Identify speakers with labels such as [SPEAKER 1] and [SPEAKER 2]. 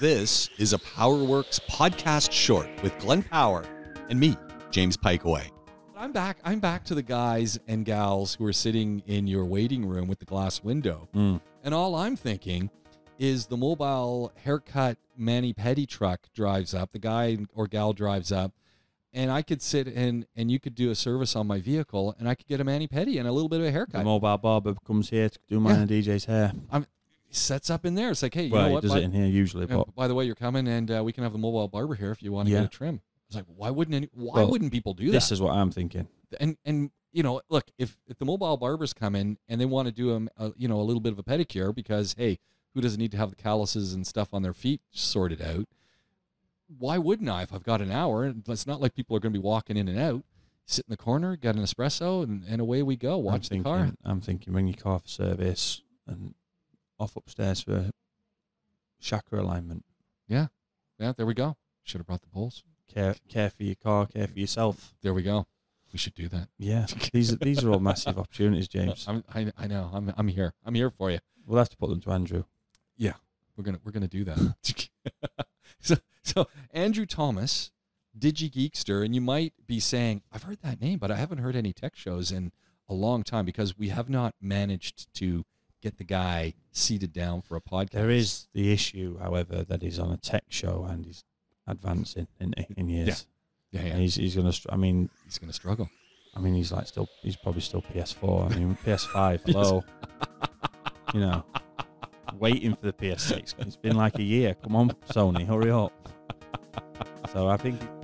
[SPEAKER 1] This is a PowerWorks podcast short with Glenn Power and me, James Pikeway. I'm back. I'm back to the guys and gals who are sitting in your waiting room with the glass window. And all I'm thinking is the mobile haircut mani pedi truck drives up, the guy or gal drives up, and I could sit and and you could do a service on my vehicle and I could get a mani pedi and a little bit of a
[SPEAKER 2] The
[SPEAKER 1] haircut.
[SPEAKER 2] mobile barber comes here to do mine and DJ's hair.
[SPEAKER 1] Sets up in there. It's like, hey, you
[SPEAKER 2] well,
[SPEAKER 1] know
[SPEAKER 2] he
[SPEAKER 1] what?
[SPEAKER 2] does
[SPEAKER 1] bud?
[SPEAKER 2] it in here usually,
[SPEAKER 1] Yeah,
[SPEAKER 2] but
[SPEAKER 1] by the way, you're coming, and uh, we can have the mobile barber here if you want to get
[SPEAKER 2] Yeah.
[SPEAKER 1] a trim. It's like, why wouldn't any, why
[SPEAKER 2] Well,
[SPEAKER 1] wouldn't people do
[SPEAKER 2] this
[SPEAKER 1] that?
[SPEAKER 2] is what I'm thinking.
[SPEAKER 1] and and you know, look, if if the mobile barbers come in and they want to do a, a you know a little bit of a pedicure because hey, who doesn't need to have the calluses and stuff on their feet sorted out? Why wouldn't I if I've got an hour? And It's not like people are going to be walking in and out. Sit in the corner, get an espresso, and, and away we go.
[SPEAKER 2] I'm
[SPEAKER 1] Watch the
[SPEAKER 2] thinking,
[SPEAKER 1] car.
[SPEAKER 2] I'm thinking ring your car for service and off upstairs for chakra alignment.
[SPEAKER 1] Yeah, there we go. Should have brought the poles.
[SPEAKER 2] Care, care for your car, care for yourself.
[SPEAKER 1] There we go. We should do that.
[SPEAKER 2] Yeah, these are, these are all massive opportunities, James.
[SPEAKER 1] I'm, I, I know. I'm, I'm here. I'm here for you.
[SPEAKER 2] We'll have to put them to Andrew.
[SPEAKER 1] We're gonna we're gonna do that. so so Andrew Thomas, Digi Geekster, and you might be saying, I've heard that name, but I haven't heard any tech shows in a long time because we have not managed to get the guy seated down for a podcast.
[SPEAKER 2] There is the issue, however, that he's on a tech show and he's advancing in, in years.
[SPEAKER 1] yeah,
[SPEAKER 2] And
[SPEAKER 1] yeah,
[SPEAKER 2] he's he's gonna. str- I mean,
[SPEAKER 1] he's gonna struggle.
[SPEAKER 2] I mean, he's like still, he's probably still PS4. I mean, PS5, hello. you know, waiting for the PS6. It's been like a year. Come on, Sony, hurry up. So I think